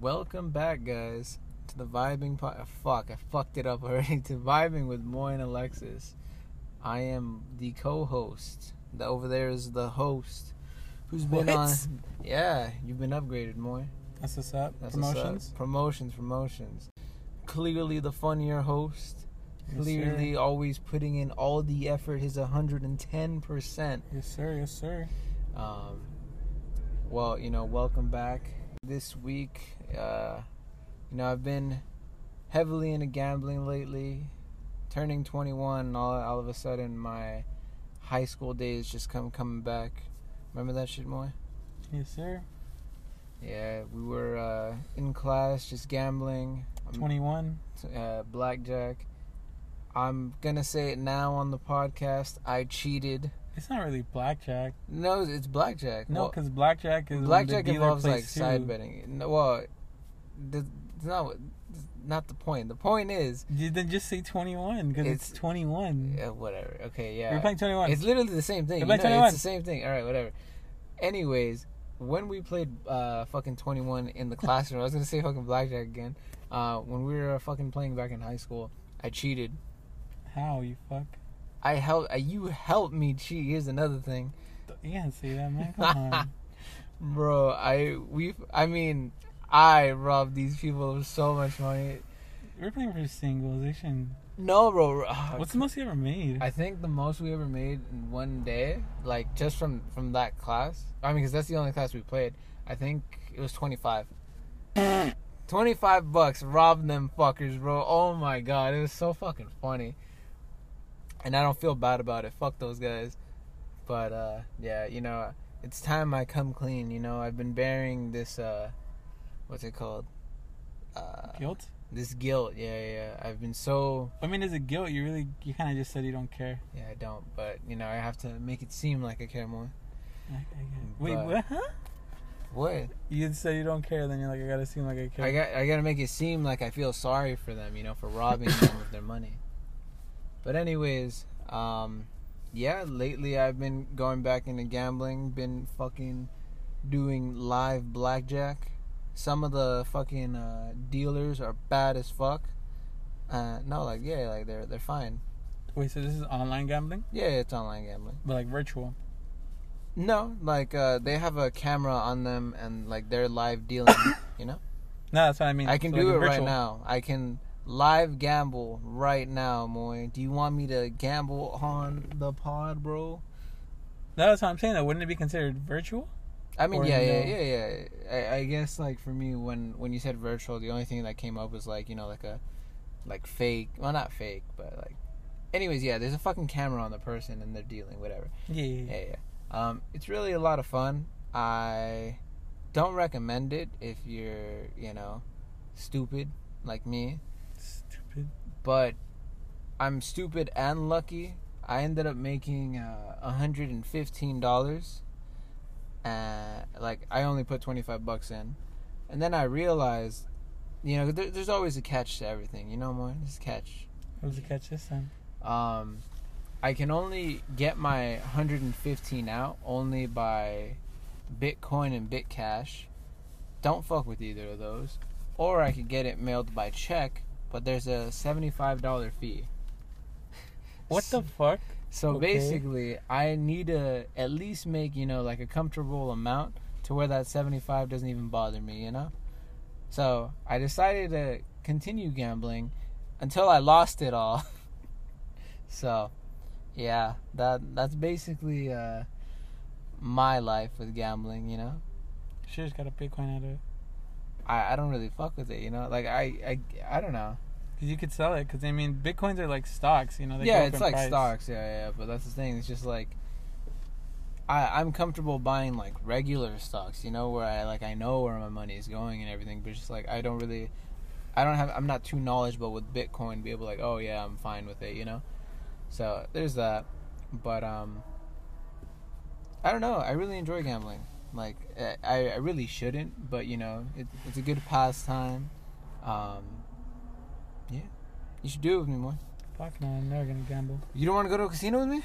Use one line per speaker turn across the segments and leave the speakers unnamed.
Welcome back, guys, to the vibing pod. Ah, Fuck, I fucked it up already. to vibing with Moy and Alexis. I am the co-host. The, over there is the host, who's been
What?
on. Yeah, you've been upgraded, Moy.
That's what's up.
That's what's up.
Promotions.
promotions, promotions. Clearly the funnier host.
Yes,
Clearly always putting in all the effort. His 110 percent.
Yes, sir. Yes, sir.
Um, well, you know, welcome back. This week, uh, you know, I've been heavily into gambling lately. Turning 21, all, all of a sudden, my high school days just come coming back. Remember that shit, Moy?
Yes, sir.
Yeah, we were uh, in class just gambling. I'm-
21.
uh, blackjack. I'm gonna say it now on the podcast. I cheated.
It's not really blackjack.
No, it's blackjack.
No,
Well-
because blackjack is when the
blackjack
dealer
involves like
plays two.
side betting. No, well, th- it's not what- it's not the point. The point is
You- Then just say 21 because it's,
It's-
21.
yeah, whatever. Okay, yeah,
We're playing 21.
it's literally the same thing.
You're
You
playing
know,
21.
it's the same thing. All right, whatever. Anyways, when we played uh, fucking twenty one in the classroom, I was gonna say fucking blackjack again. Uh, when we were fucking playing back in high school, I cheated.
How you fuck?
I helped. Uh, you helped me cheat. Here's another thing.
You can't say that, man. Come on.
Bro, I we I mean, I robbed these people of so much money.
We're playing for singles. They shouldn't.
No, bro. ah,
What's the most you ever made?
I think the most we ever made in one day, like just from from that class. I mean, because that's the only class we played. I think it was twenty five. Twenty five bucks, robbed them fuckers, bro. Oh my god, it was so fucking funny. And I don't feel bad about it. Fuck those guys. But uh, yeah, you know, it's time I come clean. You know, I've been bearing this uh, what's it called? Uh,
guilt?
this guilt. Yeah, yeah. yeah. I've been so
I mean, is it guilt? You really, you kind of just said you don't care.
Yeah, I don't, but you know, I have to make it seem like I care more.
I, I get- Wait,
But-
what? Huh?
What?
You said you don't care, then you're like, I gotta seem like I care.
I got I gotta make it seem like I feel sorry for them, you know, for robbing them of their money. But anyways, um yeah, lately I've been going back into gambling, been fucking doing live blackjack. Some of the fucking uh, dealers are bad as fuck. Uh, no, like yeah, like they're they're fine.
Wait, so this is online gambling,
Yeah, it's online gambling.
but like virtual.
No, like uh, they have a camera on them and like they're live dealing, you know.
No, that's what I mean.
I can
So,
do
like,
it
a
right
virtual.
now. I can live gamble right now, Moy. Do you want me to gamble on the pod, bro?
No, That's what I'm saying. Though, wouldn't it be considered virtual?
I mean,
Or
yeah, yeah,
no?
yeah, yeah, I, I guess like for me, when when you said virtual, the only thing that came up was like you know like a like fake. Well, not fake, but like. Anyways, yeah, there's a fucking camera on the person and they're dealing whatever.
Yeah, yeah, yeah.
Yeah, yeah. Um, it's really a lot of fun. I don't recommend it if you're you know stupid like me.
Stupid.
but I'm stupid and lucky. I ended up making uh, $115. And uh, like I only put 25 bucks in. And then I realized, you know, there, there's always a catch to everything, you know, more. There's a catch.
What was the catch this time?
Um I can only get my 115 out only by Bitcoin and Bitcash. Don't fuck with either of those. Or I could get it mailed by check, but there's a $75 fee.
What the fuck?
So
Okay.
basically, I need to at least make you know like a comfortable amount to where that seventy five doesn't even bother me, you know. So I decided to continue gambling until I lost it all. so, yeah, that that's basically uh, my life with gambling, you know.
Should just got a Bitcoin out of it.
I, I don't really fuck with it, you know. Like I I, I don't know.
Cause you could sell it. Cause I mean, Bitcoins are like stocks. You know. They go
yeah,
up
it's
in
like
price.
stocks. Yeah, yeah, yeah, but that's the thing. It's just like I I'm comfortable buying like regular stocks, you know, where I like I know where my money is going and everything, but it's just like I don't really I don't have I'm not too knowledgeable with Bitcoin to be able to like, oh yeah, I'm fine with it, you know. So, there's that. But um I don't know. I really enjoy gambling. Like I- I, I really shouldn't, but you know, it, it's a good pastime. Um yeah. You should do it with me more.
Fuck no, I'm never gonna gamble.
You don't want to go to a casino with me?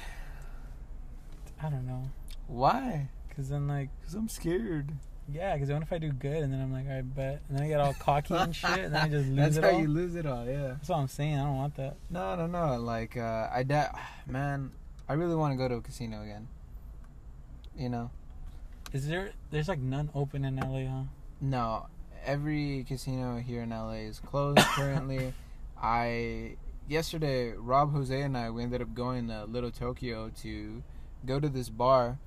I don't know.
Why?
Cause then like
Cause I'm scared.
yeah, because what if I do good and then I'm like, all right, bet, and then I get all cocky and shit, and then I just lose
That's
it
how
all.
you lose it all. Yeah.
That's what I'm saying. I don't want that.
No, no, no. Like uh, I, da- man, I really want to go to a casino again. You know,
Is there? There's like none open in LA, huh?
no. Every casino here in LA is closed currently. I yesterday Rob Jose and I we ended up going to Little Tokyo to go to this bar.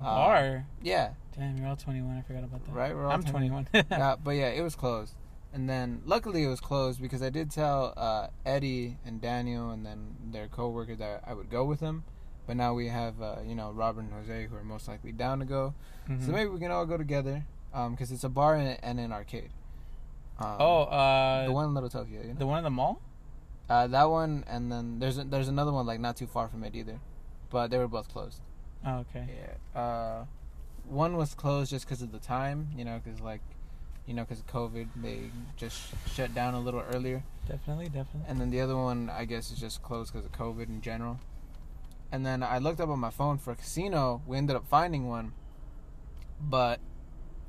Uh,
Bar.
Yeah.
Damn, you're all 21. I forgot about that.
Right, we're all
I'm
21.
21.
uh, but yeah, it was closed. And then luckily it was closed because I did tell uh, Eddie and Daniel and then their coworker that I would go with them. But now we have uh, you know Robert and Jose who are most likely down to go.
Mhm.
So maybe we can all go together because it's a bar and, and an arcade. Um,
oh, uh,
the one in Little Tokyo, you know?
the one in the mall.
uh, that one, and then there's there's another one like not too far from it either, but they were both closed.
Oh, okay.
Yeah. Uh, one was closed just because of the time, you know, because like, you know, because of COVID, they just shut down a little earlier.
Definitely, definitely.
And then the other one, I guess, is just closed because of COVID in general. And then I looked up on my phone for a casino. We ended up finding one, but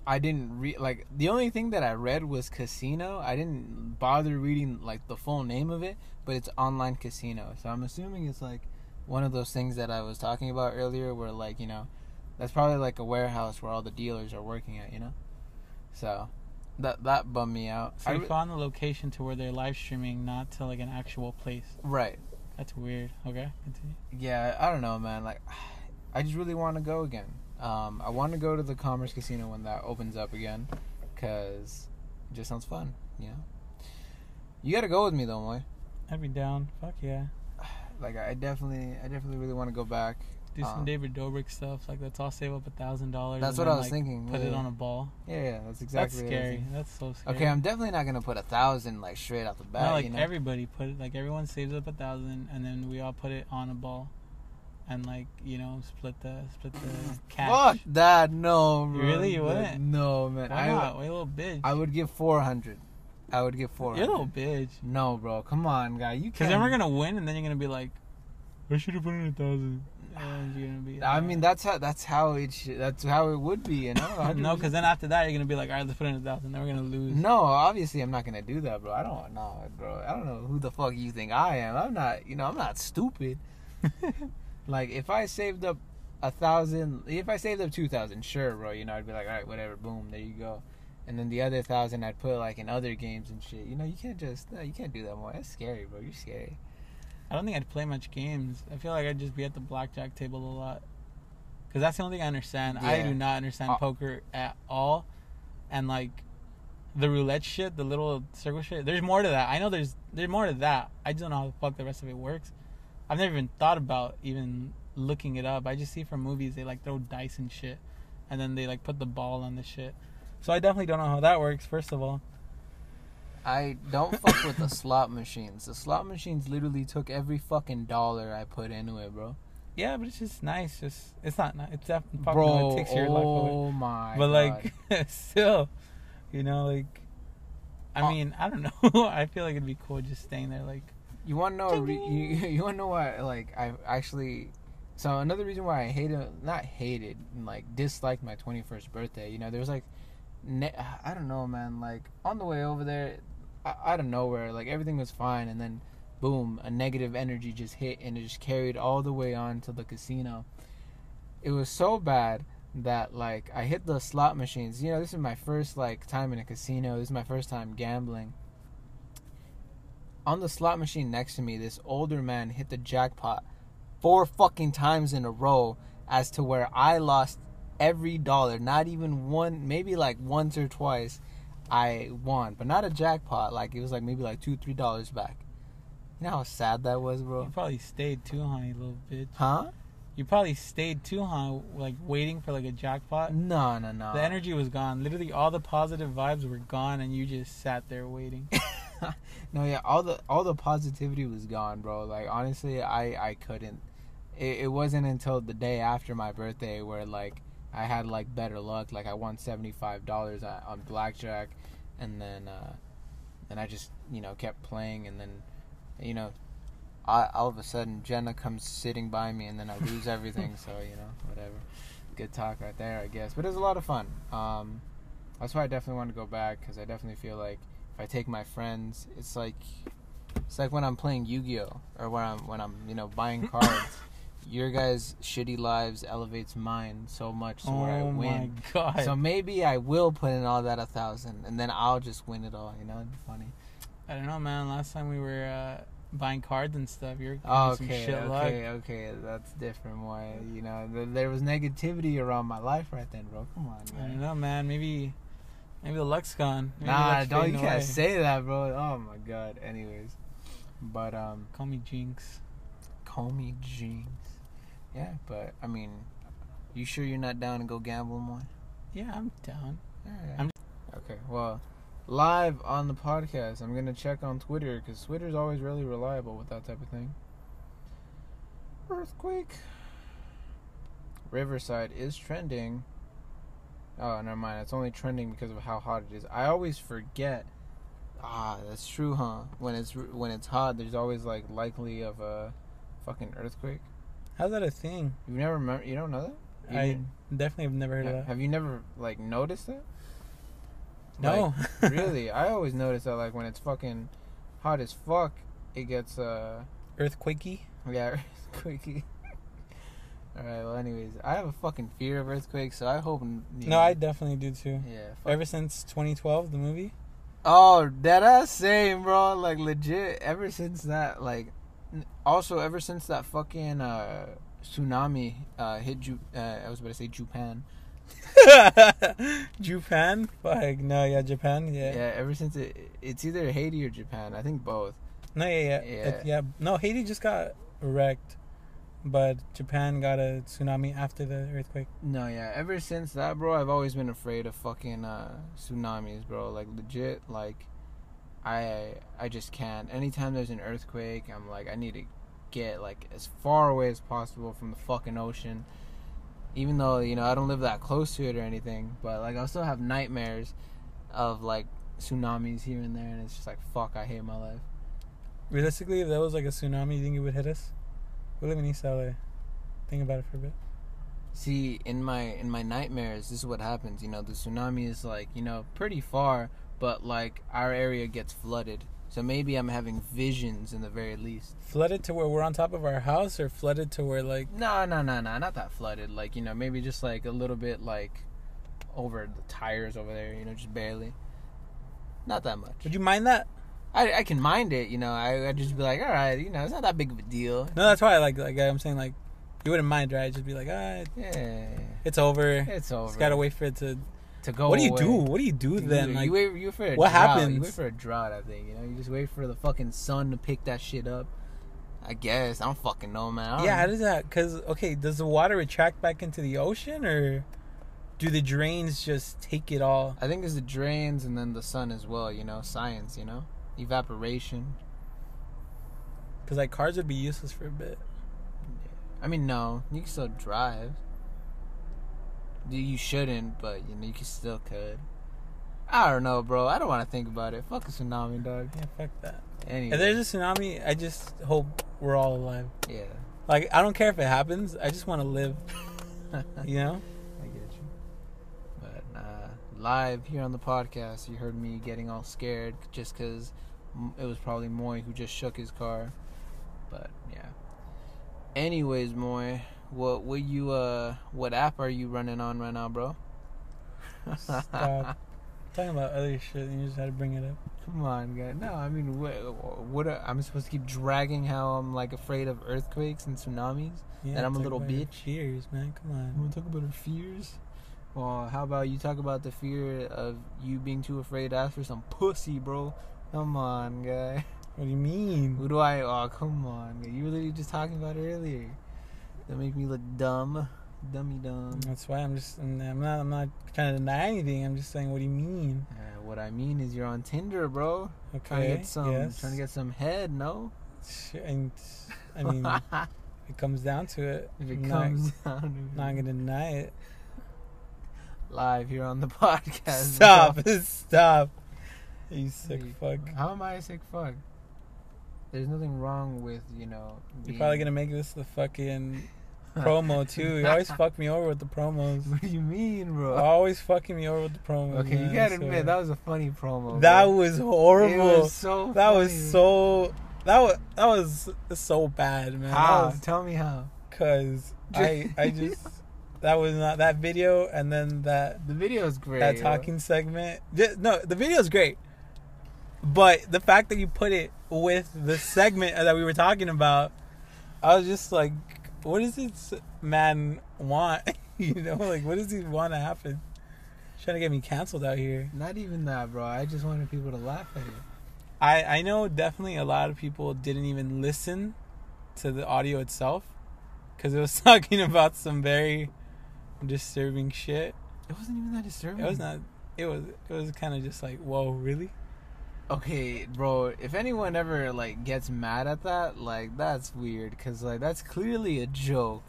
I didn't read like the only thing that I read was casino. I didn't bother reading like the full name of it, but it's online casino. So I'm assuming it's like one of those things that I was talking about earlier, where like you know, that's probably like a warehouse where all the dealers are working at. You know, so that that bummed me out.
So
I
you
re-
found the location to where they're live streaming, not to like an actual place.
right.
That's weird. Okay, continue.
yeah, I don't know, man. Like, I just really want to go again. Um, I want to go to the Commerce Casino when that opens up again, cause it just sounds fun. You know, you got to go with me though, boy.
I'd be down. Fuck yeah.
Like, I definitely, I definitely really want to go back.
Do some
Um,
David Dobrik stuff. Like let's all save up a thousand dollars.
That's
and
what
then,
I was
like,
thinking.
Put
yeah,
it
yeah.
on a ball.
Yeah, yeah, that's exactly. what
That's
I was
scary.
thinking.
That's so scary.
Okay, I'm definitely not gonna put a thousand like straight off the bat.
no, like
you know?
everybody put it. Like everyone saves up a thousand, and then we all put it on a ball, and like you know split the split the cash.
Fuck that! No, bro.
Really? You
That-
wouldn't?
No, man.
Why
I,
not? Wait, little bitch.
I would give four hundred. I would give four
You're a little
hundred.
bitch.
No, bro. Come on, guy. You
Because
can't.
then we're gonna win, and then you're gonna be like, I should have put in a thousand. And you're gonna be.
I mean, that's how that's how it should, that's how it would be, you know.
uh, no,
100%.
because then after that you're gonna be like, all right, let's put in a thousand. Then we're gonna lose.
no, obviously I'm not gonna do that, bro. I don't know, bro. I don't know who the fuck you think I am. I'm not, you know, I'm not stupid. like if I saved up a thousand, if I saved up two thousand, sure, bro. You know, I'd be like, all right, whatever, boom, there you go. And then the other thousand, I'd put like in other games and shit. You know, you can't just, no, you can't do that more. That's scary, bro. You're scary.
I don't think I'd play much games. I feel like I'd just be at the blackjack table a lot. Because that's the only thing I understand. I
Yeah.
do not understand
Uh,
poker at all. And like the roulette shit, the little circle shit. There's more to that. I know there's there's more to that. I just don't know how the fuck the rest of it works. I've never even thought about even looking it up. I just see from movies they like throw dice and shit and then they like put the ball on the shit. So I definitely don't know how that works, first of all.
I don't fuck with the slot machines. The slot machines literally took every fucking dollar I put into it, bro.
Yeah, but it's just nice. Just it's not nice. It's definitely probably not- it takes your life away.
Oh my
but
God.
like still you know like i
Uh,
mean i don't know i feel like it'd be cool just staying there like
you want to know a re- you, you want to know why like I actually so another reason why I hated not hated like disliked my 21st birthday you know there was like ne- I don't know man like on the way over there I, out of nowhere like everything was fine and then boom a negative energy just hit and it just carried all the way on to the casino it was so bad that like I hit the slot machines you know this is my first like time in a casino this is my first time gambling on the slot machine next to me, this older man hit the jackpot four fucking times in a row, as to where I lost every dollar. Not even one, maybe like once or twice, I won, but not a jackpot. Like it was like maybe like two, three dollars back. You know how sad that was,
you
bro?
probably stayed too huh you little bitch
Huh?
you probably stayed too huh like waiting for like a jackpot
No, no, no.
the energy was gone literally all the positive vibes were gone and you just sat there waiting
No, yeah, all the all the positivity was gone, bro. Like honestly, I I couldn't. It, it wasn't until the day after my birthday where like I had like better luck. Like I won seventy five dollars on blackjack, and then uh and I just you know kept playing, and then you know. I, all of a sudden, Jenna comes sitting by me, and then I lose everything. So you know, whatever. good talk right there, I guess. But it was a lot of fun. Um, that's why I definitely want to go back because I definitely feel like if I take my friends, it's like it's like when I'm playing Yu-Gi-Oh or when I'm when I'm you know buying cards. Your guys' shitty lives elevates mine so much so where I
oh my
win.
god.
So maybe I will put in all that a thousand, and then I'll just win it all. You know, it'd be funny.
I don't know, man. Last time we were uh, buying cards and stuff, you were giving me some
okay,
shit
okay,
luck.
okay. That's different. Why? You know, th- there was negativity around my life right then, bro. Come on,
I
man.
don't know, man. Maybe, maybe the luck's gone. Maybe the
Nah,
luck's
don't you
fading
can't
away.
say that, bro. Oh my god. Anyways, but um,
Call me Jinx.
call me Jinx. Yeah, but I mean, you sure you're not down to go gamble more?
Yeah, I'm down.
Alright.
I'm-
Okay, well, live on the podcast. I'm gonna check on Twitter because Twitter's always really reliable with that type of thing. Earthquake. Riverside is trending. Oh, never mind. It's only trending because of how hot it is. I always forget. Ah, that's true, huh? When it's when it's hot, there's always like likely of a fucking earthquake.
How's that a thing?
You never remember? You don't know that? You
I
didn't-
definitely have never heard
have,
of that.
have you never like noticed that? Like,
no.
really, I always notice that like when it's fucking hot as fuck, it gets uh
Earthquakey.
yeah earthquakey. All right. Well, anyways, I have a fucking fear of earthquakes, so I hope. n- you
No,
know-
I definitely do too.
Yeah. Fuck.
Ever since 2012, the movie.
oh, that I same, bro. Like legit. Ever since that, like, n- also ever since that fucking uh tsunami uh hit Ju- uh, I was about to say Japan.
Japan. Fuck no, yeah, Japan. Yeah.
yeah. Ever since it, it's either Haiti or Japan. I think both.
No, yeah, yeah,
Yeah.
It- yeah. No, Haiti just got wrecked, but Japan got a tsunami after the earthquake.
No, yeah. Ever since that, bro, I've always been afraid of fucking uh, tsunamis, bro. Like legit, like I I just can't. Anytime there's an earthquake, I'm like I need to get like as far away as possible from the fucking ocean. Even though you know I don't live that close to it or anything, but like I still have nightmares of like tsunamis here and there, and it's just like fuck, I hate my life.
Realistically, if that was like a tsunami, you think it would hit us? We live in East LA. Think about it for a bit.
See, in my in my nightmares, this is what happens. You know, the tsunami is like you know pretty far, but like our area gets flooded. So maybe I'm having visions in the very least.
Flooded to where we're on top of our house, or flooded to where like
No, no, no, no, not that flooded. Like you know, maybe just like a little bit like over the tires over there. You know, just barely. Not that much.
would you mind that?
I I can mind it. You know, I I just be like, all right, you know, it's not that big of a deal.
No, that's why. I Like, like I'm saying, like you wouldn't mind, right? Just be like, ah,
Yeah,
it's over.
it's over.
Just gotta wait for it to.
to go.
what do you do?
away.
What do you do
Dude,
then? Like,
you wait, you wait for a
what
drought. You
happens?
wait for a drought, I think. You know, you just wait for the fucking sun to pick that shit up. I guess I don't fucking know, man. I don't-
yeah, how does that? Because okay, does the water retract back into the ocean, or do the drains just take it all?
I think it's the drains and then the sun as well. You know, science. You know, evaporation.
Because like cars would be useless for a bit.
I mean, no, you can still drive. You- You shouldn't, but you know, you can still could. I don't know, bro. I don't want to think about it. Fuck a tsunami, dog.
Yeah, fuck that.
Anyway,
If there's a tsunami, I just hope we're all alive.
yeah,
Like I don't care if it happens. I just want to live.
I get
You know.
you. But uh, live here on the podcast, you heard me getting all scared just because it was probably Moy who just shook his car. But yeah. Anyways, Moy, what what you uh what app are you running on right now, bro?
Stop. Talking about other shit, and you just had to bring it up.
Come on, guy. No, I mean, what? What? Are, I'm supposed to keep dragging how I'm like afraid of earthquakes and tsunamis?
Yeah,
That I'm a
talk
little
about your
bitch.
Fears, man. Come
You
on.
want to talk about our fears? Well, how about you talk about the fear of you being too afraid to ask for some pussy, bro? Come on, guy.
What do you mean?
Who do I? Oh, come on. You were literally just talking about it earlier. Don't make me look dumb, dummy dumb.
That's why I'm just. I'm not. I'm not trying to deny anything. I'm just saying. What do you mean?
Uh, what I mean is, you're on Tinder, bro.
Okay.
Trying to get some,
yes.
trying to get some head. No,
Sh- And I mean, it comes down to it.
if it
I'm not-
comes down, to
not,
it.
gonna deny it.
live here on the podcast.
Stop! Stop! You sick
Hey,
fuck!
How am I a sick fuck? There's nothing wrong with you know.
You're probably gonna make this the fucking promo too. You always fuck me over with the promos.
What do you mean, bro?
Always fucking me over with the promos.
okay,
Oh, man,
you gotta
I swear.
admit that was a funny promo.
that
bro.
was
It
horrible.
was so.
that
funny.
was so. That was that was so bad, man.
How? Tell me how.
Because I I just that was not that video, and then that
The video is great.
that
bro.
talking segment. Ju- No, the video's great, but the fact that you put it with the segment that we were talking about, I was just like, what does this man want? you know, like what does he want to happen? Trying to get me canceled out here.
Not even that, bro. I just wanted people to laugh at it.
I I know definitely a lot of people didn't even listen to the audio itself because it was talking about some very disturbing shit.
It wasn't even that disturbing.
It was not. It was. It was kind of just like, whoa, really?
Okay, bro. If anyone ever like gets mad at that, like that's weird, cause like that's clearly a joke.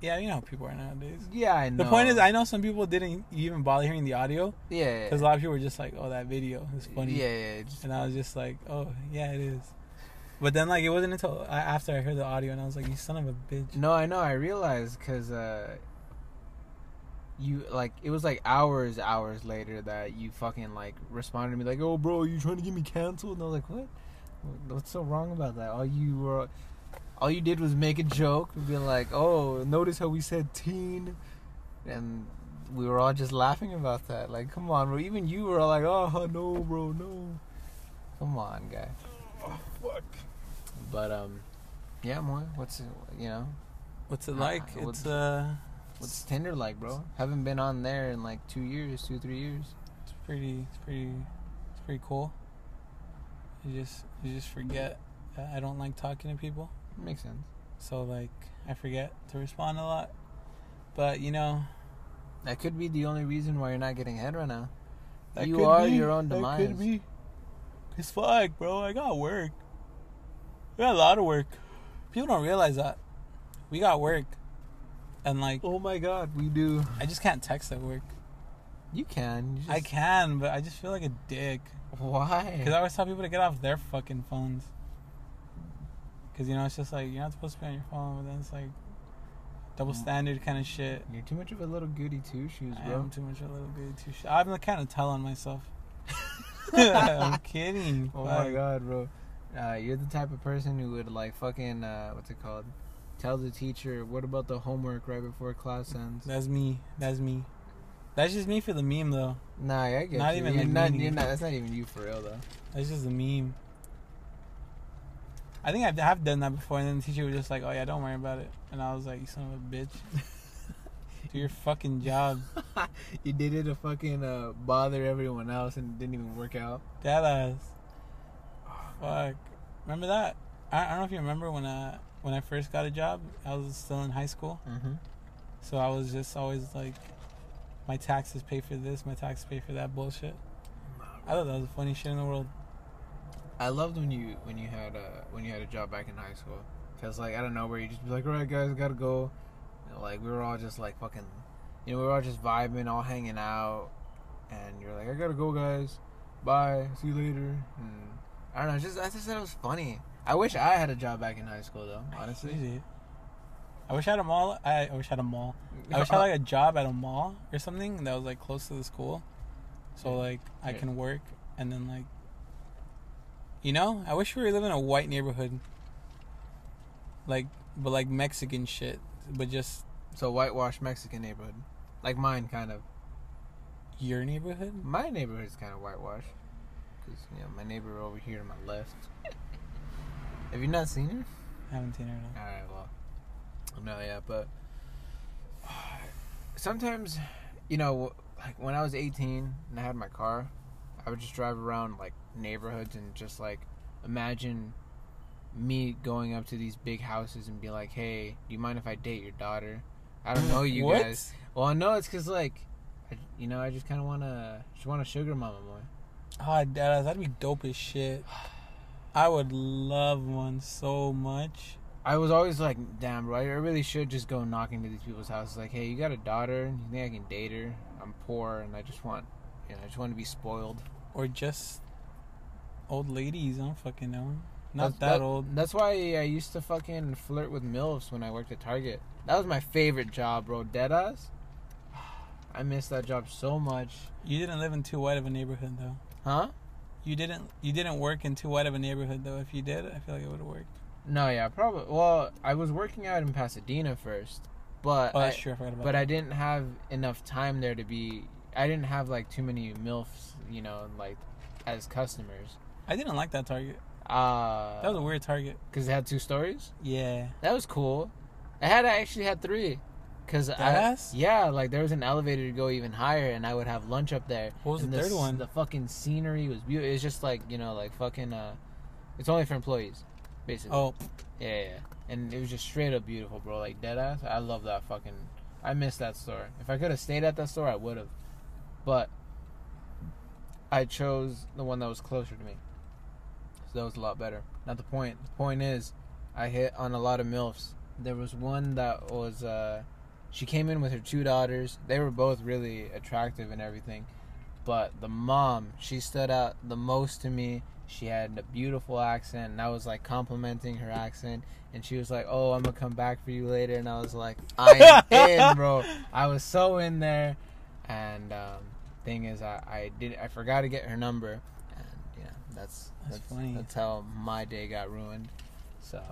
Yeah, you know how people are nowadays.
Yeah, I know.
The point is, I know some people didn't even bother hearing the audio
yeah,
because a lot of people were just like, "Oh, that video is funny,"
Yeah, yeah. yeah, just-
and I was just like, "Oh, yeah, it is." But then, like, it wasn't until I, after I heard the audio and I was like, "You son of a bitch!"
No, I know. I realized because uh, you like it was like hours, hours later that you fucking like responded to me like, "Oh, bro, you trying to get me canceled?" And I was like, "What? What's so wrong about that? All you were, all you did was make a joke and be like, "Oh, notice how we said teen," and we were all just laughing about that. Like, come on, bro. Even you were all like, "Oh, no, bro, no." Come on, guy.
Oh, fuck.
But um, yeah, Moy. What's you know?
What's
Ah,
it like?
what's-
it's uh,
What's Tinder like, bro? Haven't been on there in like two years, two three years.
it's pretty, it's pretty, it's pretty cool. You just, you just forget. I I don't like talking to people.
Makes sense.
so like I forget to respond a lot. But you know,
That could be the only reason why you're not getting head right now.
that
You
could
are
be-
your own
That
demise.
could be. Cause fuck, bro, I got work. We got a lot of work. People don't realize that we got work, and like
Oh my God, we do.
I just can't text at work.
You can. You just,
I can, but I just feel like a dick.
Why?
Cause I always tell people to get off their fucking phones. Cause you know it's just like you're not supposed to be on your phone, but then it's like double
Mm.
standard kind of shit.
you're too much of a little goody two shoes,
I
bro.
am too much of a little bit too shy. I'm kind of telling myself. I'm kidding.
Oh my
Like,
God, bro. Uh, you're the type of person who would like fucking uh, what's it called? Tell the teacher what about the homework right before class ends.
That's me. That's me. That's just me for the meme though.
Nah, I get
Not
you.
even,
you're
like,
not,
meaning
you're
it.
not. That's not even you for real though.
That's just the meme. I think I have done that before, and then the teacher was just like, "Oh yeah, don't worry about it," and I was like, "You son of a bitch, do your fucking job."
You did it to fucking uh, bother everyone else and it didn't even work out.
That ass. Fuck. Remember that? I, I don't know if you remember when I when I first got a job. I was still in high school.
Mm-hmm.
So I was just always like, my taxes pay for this, my taxes pay for that bullshit. I thought that was the funniest shit in the world.
I loved when you when you had a when you had a job back in high school, cause like I don't know where you just be like, all right guys, gotta go. And, like we were all just like fucking, you know, we were all just vibing, all hanging out, and you're like, I gotta go, guys. Bye. See you later. And I don't know. Just I just thought it was funny. I wish I had a job back in high school though. Honestly,
Crazy. I wish I had a mall. I, I wish I had a mall. I
Uh,
wish I had like a job at a mall or something that was like close to the school, so like I
Yeah.
can work and then like. You know, I wish we were living in a white neighborhood. Like, but like Mexican shit, but just
so whitewashed Mexican neighborhood, like mine, kind of.
your neighborhood.
My neighborhood's kind of whitewashed. Because, you know, my neighbor over here to my left. Have you not seen her?
I haven't seen her in a
Alright, well. No, yeah, but. Sometimes, you know, like when I was 18 and I had my car, I would just drive around, like, neighborhoods and just, like, imagine me going up to these big houses and be like, hey, do you mind if I date your daughter? I don't know you
What?
guys. Well, no, it's because, like, I, you know, I just kind of want to. Just want a sugar mama more.
Oh, Dada's, that'd be dope as shit. I would love one so much.
I was always like, damn, bro, I really should just go knocking to these people's houses. Like, hey, you got a daughter? You think I can date her? I'm poor and I just want, you know, I just want to be spoiled.
Or just old ladies, I don't fucking know. Not
That's-
that, old.
That's why I used to fucking flirt with milfs when I worked at Target. That was my favorite job, bro. Deadass. I miss that job so much.
You didn't live in too white of a neighborhood though.
Huh?
You didn't. You didn't work in too white of a neighborhood though. If you did, I feel like it would have worked.
No, yeah, probably. Well, I was working out in Pasadena first, but
Oh,
I,
that's true. I forgot about
but
that.
I didn't have enough time there to be. I didn't have like too many milfs, you know, like as customers.
I didn't like that Target.
Uh,
That was a weird Target.
because it had two stories.
Yeah.
That was cool. I had I actually had three, cause I
Deadass?
yeah like there was an elevator to go even higher, and I would have lunch up there.
What was
and
the third
s-
one?
The fucking scenery was beautiful. It's just like you know like fucking uh, it's only for employees, basically.
Oh,
Yeah, yeah, yeah. And it was just straight up beautiful, bro. Like dead ass. I love that fucking. I miss that store. If I could have stayed at that store, I would have. But I chose the one that was closer to me. So that was a lot better. Not the point. The point is, I hit on a lot of milfs. There was one that was. uh She came in with her two daughters. They were both really attractive and everything. But the mom, she stood out the most to me. She had a beautiful accent, and I was like complimenting her accent. And she was like, "Oh, I'm gonna come back for you later." And I was like, "I'm in, bro. I was so in there." And um, thing is, I, I did I forgot to get her number, and yeah, that's
That's funny.
That's how my day got ruined. So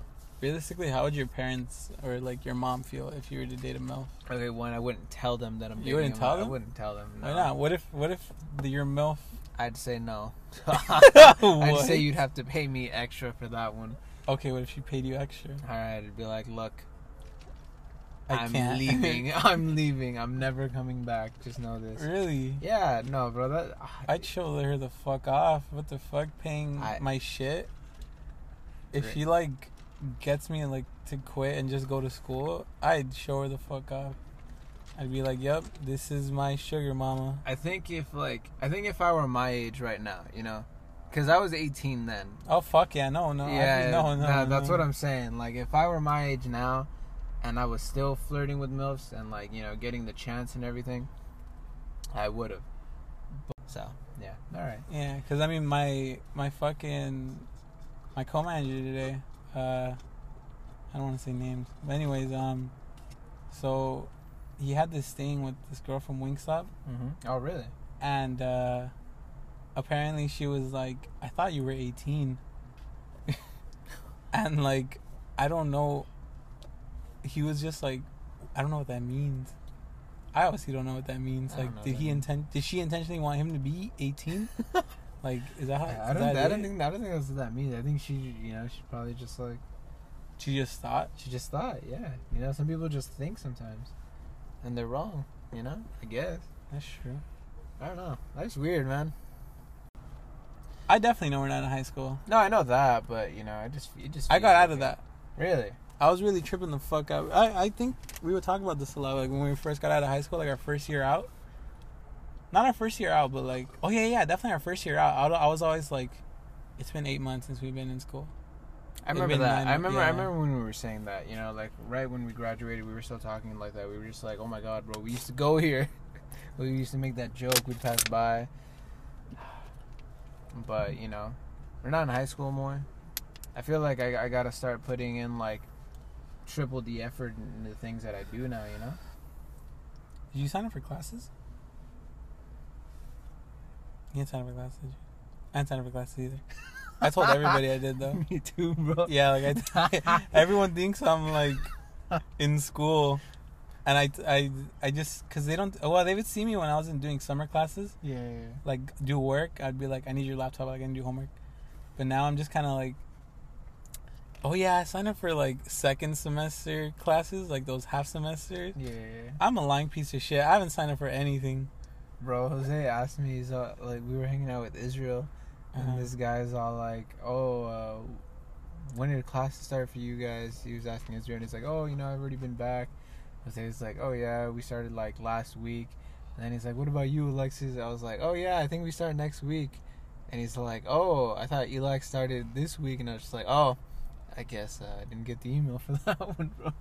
realistically, how would your parents or like your mom feel if you were to date a MILF?
okay, one I wouldn't tell them that I'm.
You
dating
wouldn't
him.
tell
I
them?
wouldn't tell them. No.
Why not? What if what if the, your MILF?
I'd say no. I'd
What?
say you'd have to pay me extra for that one.
Okay, what if she paid you extra?
All right, it'd be like, look,
I
am
can't.
leaving. I'm leaving. I'm never coming back. Just know this.
Really?
Yeah, no, bro. That
I'd show her the fuck off. What the fuck, paying
I-
my shit? If
Right.
she like gets me like to quit and just go to school, I'd show her the fuck off. I'd be like, "Yep, this is my sugar mama."
I think if like I think if I were my age right now, you know, because I was 18 then.
Oh fuck yeah, no, no, I'd be-
yeah,
no, no,
nah, that's
no.
what I'm saying. Like if I were my age now, and I was still flirting with milfs and like you know getting the chance and everything, I would have. So yeah, all right.
Yeah, because I mean, my my fucking my co-manager today. Uh, I don't want to say names, but anyways, um, so he had this thing with this girl from Wingstop,
Mm-hmm. Oh really?
and uh, apparently she was like, "I thought you were 18," and like, I don't know. He was just like, "I don't know what that means." I obviously don't know what that means.
I don't
Like,
know
did
what
he
that means.
intend? Did she intentionally want him to be 18? like, is that how?
I I
is
don't.
that
I don't
it?
think. I don't think that's what that means. I think she, you know, she probably just like
She just thought.
she just thought. Yeah, you know, some people just think sometimes, and they're wrong. You know, I guess.
That's true.
I don't know. Life's weird, man.
I definitely know we're not in high school.
No, I know that, but you know, I just, it just.
I got
feels
out of
like
that.
it. Really?
I was really tripping the fuck out. I, I think we were talking about this a lot, like when we first got out of high school, like our first year out. Not our first year out, but like, oh yeah, yeah, definitely our first year out. I, I was always like, it's been eight months since we've been in school.
I
It'd
remember
been
that.
nine-
I remember. I
yeah.
remember when we were saying that. You know, like right when we graduated, we were still talking like that. We were just like, "Oh my god, bro, we used to go here. we used to make that joke. We'd pass by." But you know, we're not in high school more. I feel like I, I gotta start putting in like triple the effort in the things that I do now. You know.
Did you sign up for classes? You didn't sign up for classes, did you? I didn't sign up for classes either. I told everybody I did though.
Me too, bro.
Yeah, like I, everyone thinks I'm like in school, and I, I, I just because they don't. Well, they would see me when I wasn't doing summer classes,
Yeah. yeah,
like do work. I'd be like, I need your laptop. I can do homework. But now I'm just kind of like, oh yeah, I signed up for like second semester classes, like those half semesters.
yeah. yeah, yeah.
I'm a lying piece of shit. I haven't signed up for anything.
Bro, Jose asked me, he's all, like, we were hanging out with Israel, and
Uh-huh.
this guy's all like, oh, uh, when did classes start for you guys? He was asking Israel, and he's like, oh, you know, I've already been back. Jose was like, oh, yeah, we started like last week. And then he's like, what about you, Alexis? I was like, oh, yeah, I think we start next week. And he's like, oh, I thought Elax started this week. And I was just like, oh, I guess uh, I didn't get the email for that one, bro.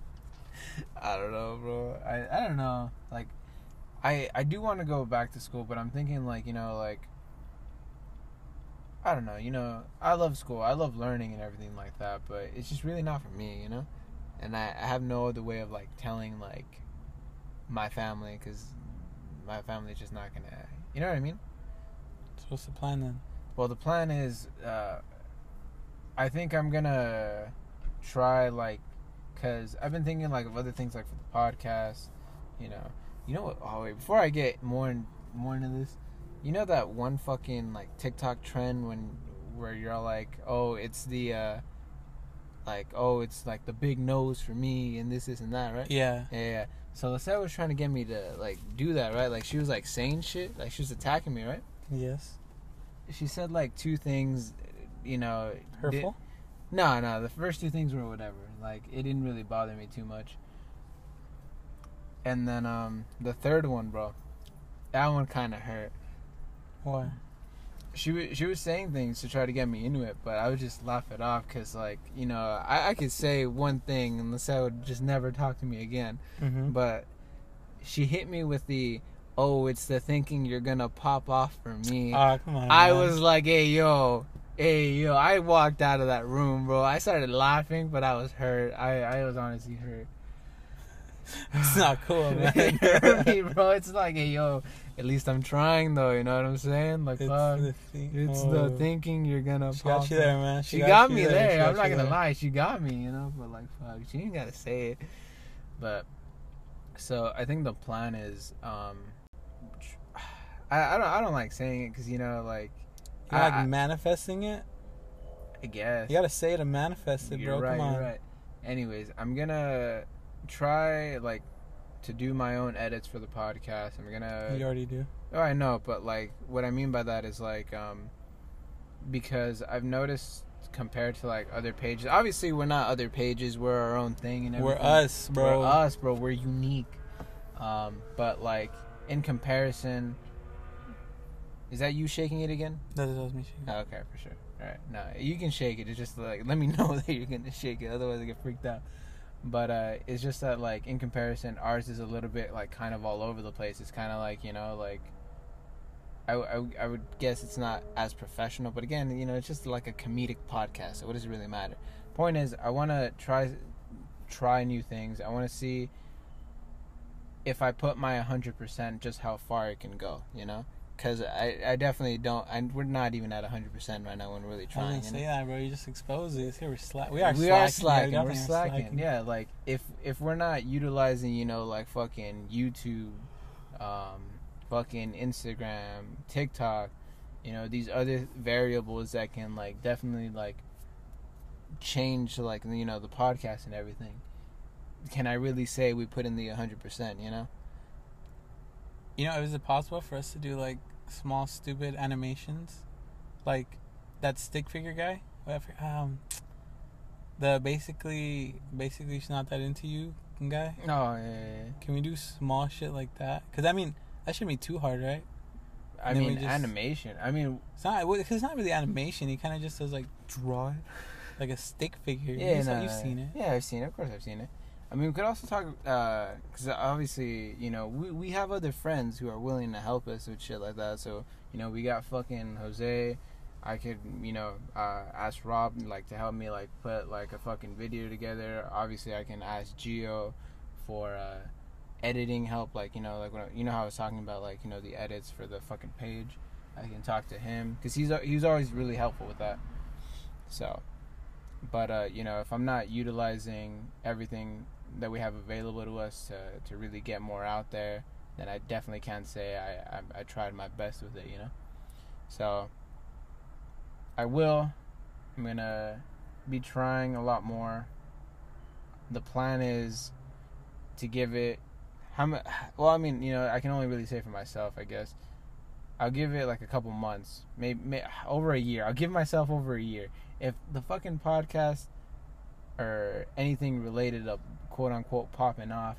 I don't know, bro. I, I don't know. Like, I I do want to go back to school, but I'm thinking like you know like I don't know, you know, I love school, I love learning and everything like that, but it's just really not for me, you know? And I, I have no other way of like telling like my family because my family's just not gonna, you know what I mean?
So what's the plan then?
Well, the plan is, uh, I think I'm gonna try like, cause I've been thinking like of other things like for the podcast, you know, you know what? Oh wait, before I get more in, more into this, you know that one fucking like TikTok trend when where you're all like, oh, it's the, uh, like oh, it's like the big nose for me and this, this and that, right?
Yeah.
Yeah, yeah. So Lisette was trying to get me to like do that, right? Like she was like saying shit, like she was attacking me, right?
Yes.
she said like two things, you know. di-
Hurtful.
no, no. The first two things were whatever. Like it didn't really bother me too much. And then um the third one, bro, that one kind of hurt.
Why?
She was she was saying things to try to get me into it, but I would just laugh it off because like you know I, I could say one thing and Lisette would just never talk to me again.
Mm-hmm.
But she hit me with the oh it's the thinking you're gonna pop off for me.
Ah, come on.
I
man.
was like, hey, yo. Hey, yo. I walked out of that room, bro. I started laughing, but I was hurt. I, I was honestly hurt.
It's not cool,
It hurt me,
man.
bro. It's like, hey, yo. At least I'm trying, though. You know what I'm saying? Like,
It's
fuck.
the thing.
It's
Oh.
the thinking you're gonna
She
pop.
got you there, man.
She, got,
you
me there.
She
I'm
got
not
you
gonna
there.
lie, she got me, you know. But like, fuck, she ain't gotta say it. But so I think the plan is, um, I, I don't I don't like saying it because you know like
You're
I- I-
like manifesting it.
I guess
You gotta say it to manifest it, bro. Come on.
right. Anyways, I'm gonna try like to do my own edits for the podcast. I'm gonna.
You already do.
Oh, I know, but like what I mean by that is like um, because I've noticed compared to like other pages. Obviously, we're not other pages. We're our own thing, and
We're
everything.
us, bro.
We're us, bro. We're unique. Um, but like in comparison, is that you shaking it again?
That is what I was mentioning.
Oh, okay, for sure. All right, no, you can shake it. It's just like let me know that you're gonna shake it, otherwise I get freaked out. But uh, it's just that like in comparison, ours is a little bit like kind of all over the place. It's kind of like you know like. I, I, I would guess it's not as professional, but again, you know, it's just like a comedic podcast. So what does it really matter? Point is, I want to try try new things. I want to see if I put my 100% just how far it can go, you know? Because I, I definitely don't, I, we're not even at 100% right now when we're really
I was
trying.
gonna
you
say
know?
that, bro. You just exposed it. Here we're slack. We are.
we
slacking.
are slacking.
Yeah,
we're
definitely are
slacking. Yeah, like if if we're not utilizing, you know, like fucking YouTube, um, fucking Instagram, TikTok, you know, these other variables that can like definitely like change like you know the podcast and everything. Can I really say we put in the hundred percent? You know,
You know, is it possible for us to do like small, stupid animations, like that stick figure guy? Whatever. Um, the basically, basically, she's not that into you guy.
no, Oh, yeah, yeah, yeah.
Can we do small shit like that? Cause I mean, that shouldn't be too hard, right?
I
Then we
mean
just-
animation. I mean,
It's not. well, 'cause it's not really animation. He kind of just does like draw, it, like a stick figure.
Yeah,
you
no,
you've
no,
seen it.
Yeah, I've seen it. Of course, I've seen it. I mean, we could also talk because obviously, you know, we we have other friends who are willing to help us with shit like that. So you know, we got fucking Jose. I could, you know, uh, ask Rob like to help me like put like a fucking video together. Obviously, I can ask Geo for uh, editing help. Like you know, like when I, you know how I was talking about like you know the edits for the fucking page. I can talk to him because he's he's always really helpful with that. So, but uh, you know, if I'm not utilizing everything that we have available to us to to really get more out there, then I definitely can't say I I, I tried my best with it. You know, so I will. I'm gonna be trying a lot more. The plan is to give it how much. Well, I mean, you know, I can only really say for myself, I guess. I'll give it like a couple months, maybe, may over a year. I'll give myself over a year. If the fucking podcast or anything related to quote unquote popping off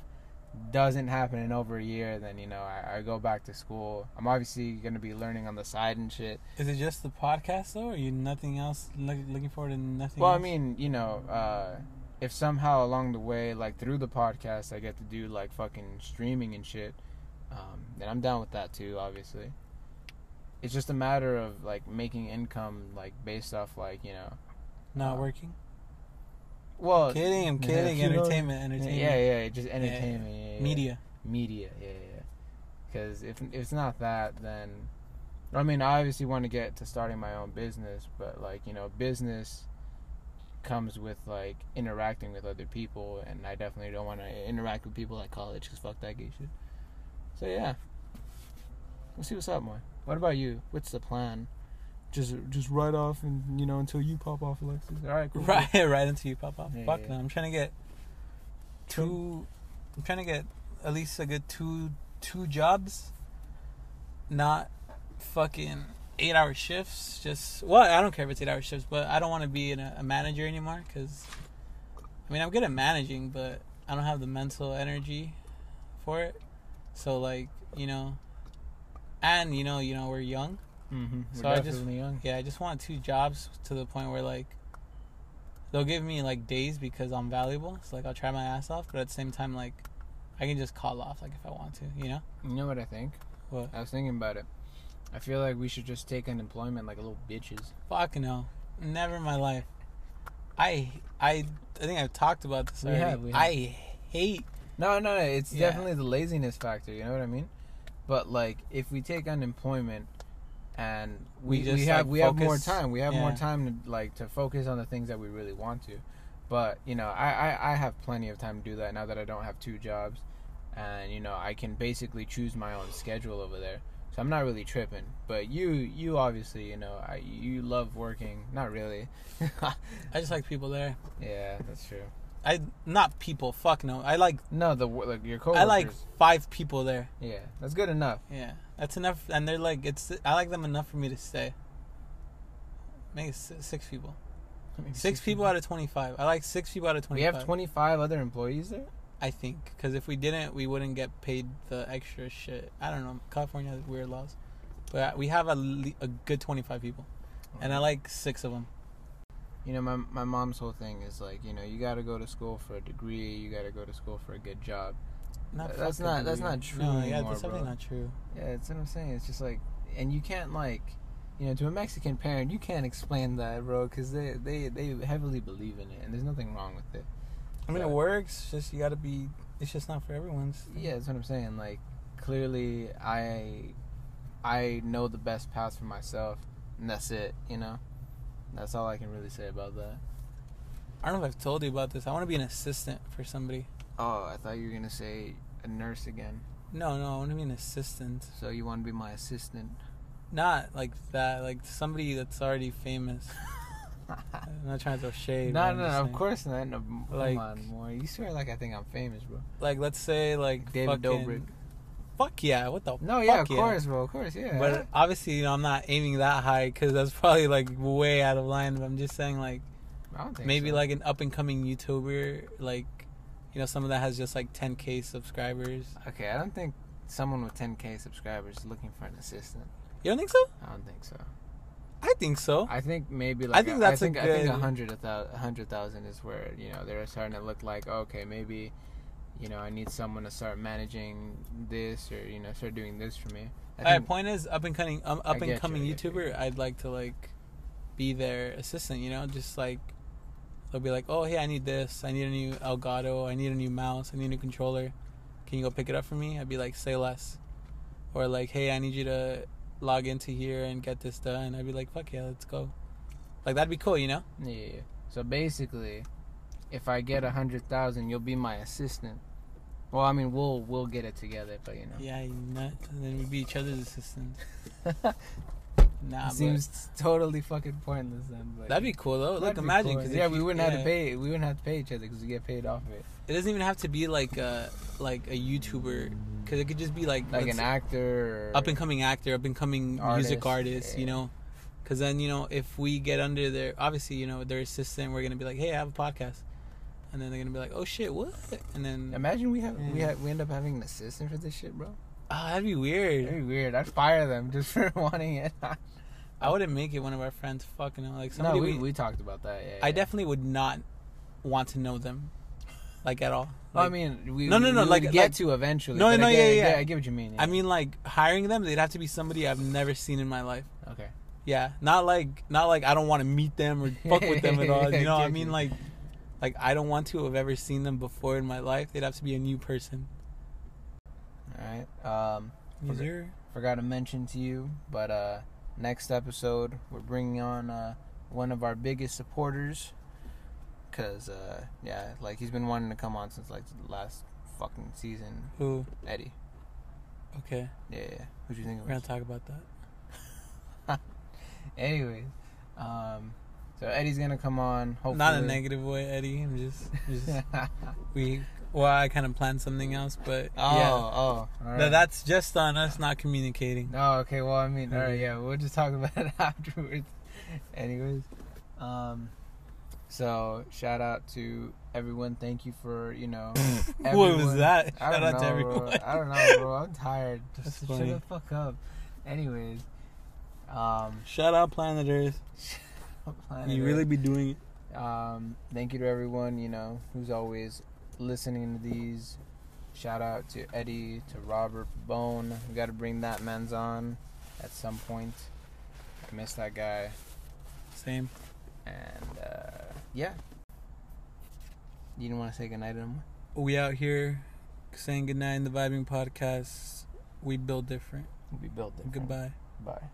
doesn't happen in over a year, then you know I, I go back to school. I'm obviously gonna be learning on the side and shit.
Is it just the podcast though? Or are you nothing else? Look, looking forward to nothing.
Well, I
else?
mean, you know, uh, if somehow along the way, like through the podcast, I get to do like fucking streaming and shit, um, then I'm down with that too. Obviously, It's just a matter of like making income like based off like you know.
Not
Uh,
working.
Well,
kidding. I'm
uh, yeah,
kidding.
you know-
entertainment.
yeah,
Entertainment.
yeah, yeah, just entertainment, yeah, yeah, yeah.
Media.
media, yeah, yeah. Because if, if it's not that, then I mean, I obviously want to get to starting my own business, but like you know, business comes with like interacting with other people, and I definitely don't want to interact with people at college because fuck that gay shit. So yeah, we'll see what's up, more. What about you? What's the plan? Just just right off, and you know, until you pop off, Alexis. All right, cool.
Right, right into you, pop up.
Yeah,
Fuck
yeah.
no. I'm trying to get two. I'm trying to get at least a good two two jobs. Not fucking eight hour shifts. Just well, I don't care if it's eight hour shifts, but I don't want to be in a, a manager anymore. Cause I mean, I'm good at managing, but I don't have the mental energy for it. So like you know, and you know, you know, we're young.
Mm-hmm.
So
So
I
I
just-
just young.
Yeah, I just want two jobs to the point where like they'll give me like days because I'm valuable. So like I'll try my ass off, but at the same time like I can just call off like if I want to, you know?
You know what I think?
What?
I was thinking about it. I feel like we should just take unemployment like little bitches.
Fuck no. Never in my life. I I I think I've talked about this
We
already.
have, we have.
I hate
No, no, no, it's
Yeah.
definitely the laziness factor. You know what I mean? But like, if we take unemployment, and we
We
we,
just,
have
like,
we have more
focus-
time. We have more
yeah.
time to like to focus on the things that we really want to. But you know, I, I I have plenty of time to do that now that I don't have two jobs, and you know I can basically choose my own schedule over there. So I'm not really tripping. But you you obviously you know I, you love working. Not really.
I just like people there.
yeah, that's true.
I not people, fuck no. I like
No, the wo- like your coworkers.
I like five people there.
Yeah, that's good enough.
Yeah. That's enough and they're like it's I like them enough for me to stay. Maybe s- six people. Six people out of 25. I like six people out of 25.
We have 25 other employees there?
I think. Because if we didn't, we wouldn't get paid the extra shit. I don't know. California has weird laws. But uh, we have a, le- a good 25 people. And I like six of them.
You know, my, my mom's whole thing is like, you know, you gotta go to school for a degree, you gotta go to school for a good job. Th- that's
fucking
not- that's
weird.
not true
No, yeah,
anymore,
that's definitely
bro.
not true.
Yeah, that's what I'm saying. It's just like, and you can't, like, you know, to a Mexican parent, you can't explain that, bro, because they, they, they heavily believe in it, and there's nothing wrong with it.
I mean, it
But-
works. Just you got to be. It's just not for everyone's.
Yeah, that's what I'm saying. Like, clearly, I, I know the best path for myself, and that's it, you know? That's all I can really say about that.
I don't know if I've told you about this. I want to be an assistant for somebody.
Oh, I thought you were gonna say a nurse again.
No, no, I want to be an assistant.
So you want to be my assistant?
Not like that. Like somebody that's already famous. I'm not trying to throw shade. but
no, no,
I'm
no,
just
of
saying.
course not. No,
Like-
come on, more. You swear like I think I'm famous, bro.
like let's say like
Like David
fucking-
Dobrik.
Fuck yeah! What the
No,
fuck
yeah, of course, bro, of course, yeah.
But obviously, you know, I'm not aiming that high because that's probably like way out of line. But I'm just saying like
I don't think
maybe
so.
like an up and coming YouTuber, like you know, someone that has just like 10k subscribers.
Okay, I don't think someone with 10k subscribers is looking for an assistant.
You don't think so?
I don't think so.
I think so.
I think maybe like
think
a-
that's a
I think, I think
good-
a hundred a thou- a hundred thousand is where you know they're starting to look like okay maybe. You know, I need someone to start managing this, or you know, start doing this for me. I
All right,
think-
point is up and coming, um,
I
up
get
and
you,
coming
I get you.
YouTuber. I'd like to like be their assistant. You know, just like they'll be like, oh hey, I need this. I need a new Elgato. I need a new mouse. I need a new controller. Can you go pick it up for me? I'd be like, say less, or like, hey, I need you to log into here and get this done. I'd be like, fuck yeah, let's go. Like that'd be cool, you know?
Yeah. So basically, if I get a hundred thousand, you'll be my assistant. Well, I mean, we'll we'll get it together, but you know.
Yeah, you nut. And then we'd be each other's assistants. Nah,
Seems totally fucking pointless then. But
but that'd be cool though. Like
That'd be
imagine,
cool.
'cause
yeah,
if
we
you-
wouldn't have
yeah.
to pay. We wouldn't have to pay each other because we get paid off of it.
It doesn't even have to be like a like a YouTuber, because it could just be like
Like
let's-
an actor. Or,
up and coming actor, up and coming
Artist,
music artist, you
yeah.
know. Because then you know if we get under their obviously you know their assistant, we're gonna be like, hey, I have a podcast, and then they're gonna be like, oh shit, what? And then
Imagine we have we
Yeah.
have, we end up having an assistant for this shit, bro.
oh, that'd be
That'd
weird.
be weird. I'd fire them just for wanting it.
I wouldn't make it one of our friends. Fucking like
no,
somebody.
we,
we,
we talked about that. Yeah,
I
yeah.
definitely would not want to know them. like at all.
Well, I
Like,
mean, we
No, no,
we
no,
would
like-
get
like-
to eventually.
No,
but
no,
I
yeah,
get- I
yeah,
get-
yeah.
I get what you mean. yeah.
I mean, like hiring them, they'd have to be somebody I've never seen in my life.
okay,
Yeah, not like not like I don't want to meet them or fuck with them at all. You know, I mean, like like I don't want to have ever seen them before in my life. They'd have to be a new person.
all right. Um,
Is
Okay.
there-
forgot to mention to you, but uh, next episode we're bringing on uh, one of our biggest supporters, cause uh, yeah, like he's been wanting to come on since like the last fucking season.
Who?
Eddie,
Okay,
yeah, yeah. Who do you think?
we're
It was?
gonna talk about that.
Anyways, um, so Eddie's gonna come on. Hopefully,
Not in a negative way, Eddie. I'm just, just we. Well, I kind of planned something else, but
oh,
yeah,
oh, alright.
Th- that's just on us not communicating.
No, okay. Well, I mean, all right,
Mhm.
yeah, we'll just talk about it afterwards. Anyways, um, so shout out to everyone. Thank you for you know.
What was
everyone.
that?
I
Shout
don't
out to
know,
everyone.
Bro. I don't know, bro. I'm tired.
That's
Just shut
funny.
the fuck up. Anyways, um,
Shout out Planet Earth.
Planet
You really
Earth.
be doing it.
Um, thank you to everyone you know who's always listening to these. Shout out to Eddie, to Robert Bone. We got to bring that man's on at some point. I miss that guy.
Same.
And uh, yeah, you didn't want to say goodnight to him.
We out here saying goodnight in the Vibing Podcast. We build different.
We built different.
Goodbye.
Bye.